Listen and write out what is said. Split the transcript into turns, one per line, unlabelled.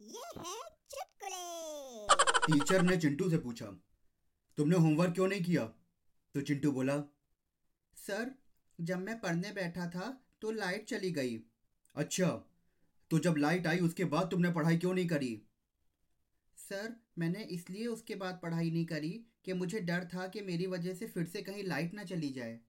ये है चुटकुले
टीचर ने चिंटू से पूछा तुमने होमवर्क क्यों नहीं किया तो चिंटू बोला सर जब मैं पढ़ने बैठा था तो लाइट चली गई अच्छा तो जब लाइट आई उसके बाद तुमने पढ़ाई क्यों नहीं करी सर मैंने इसलिए उसके बाद पढ़ाई नहीं करी कि मुझे डर था कि मेरी वजह से फिर से कहीं लाइट ना चली जाए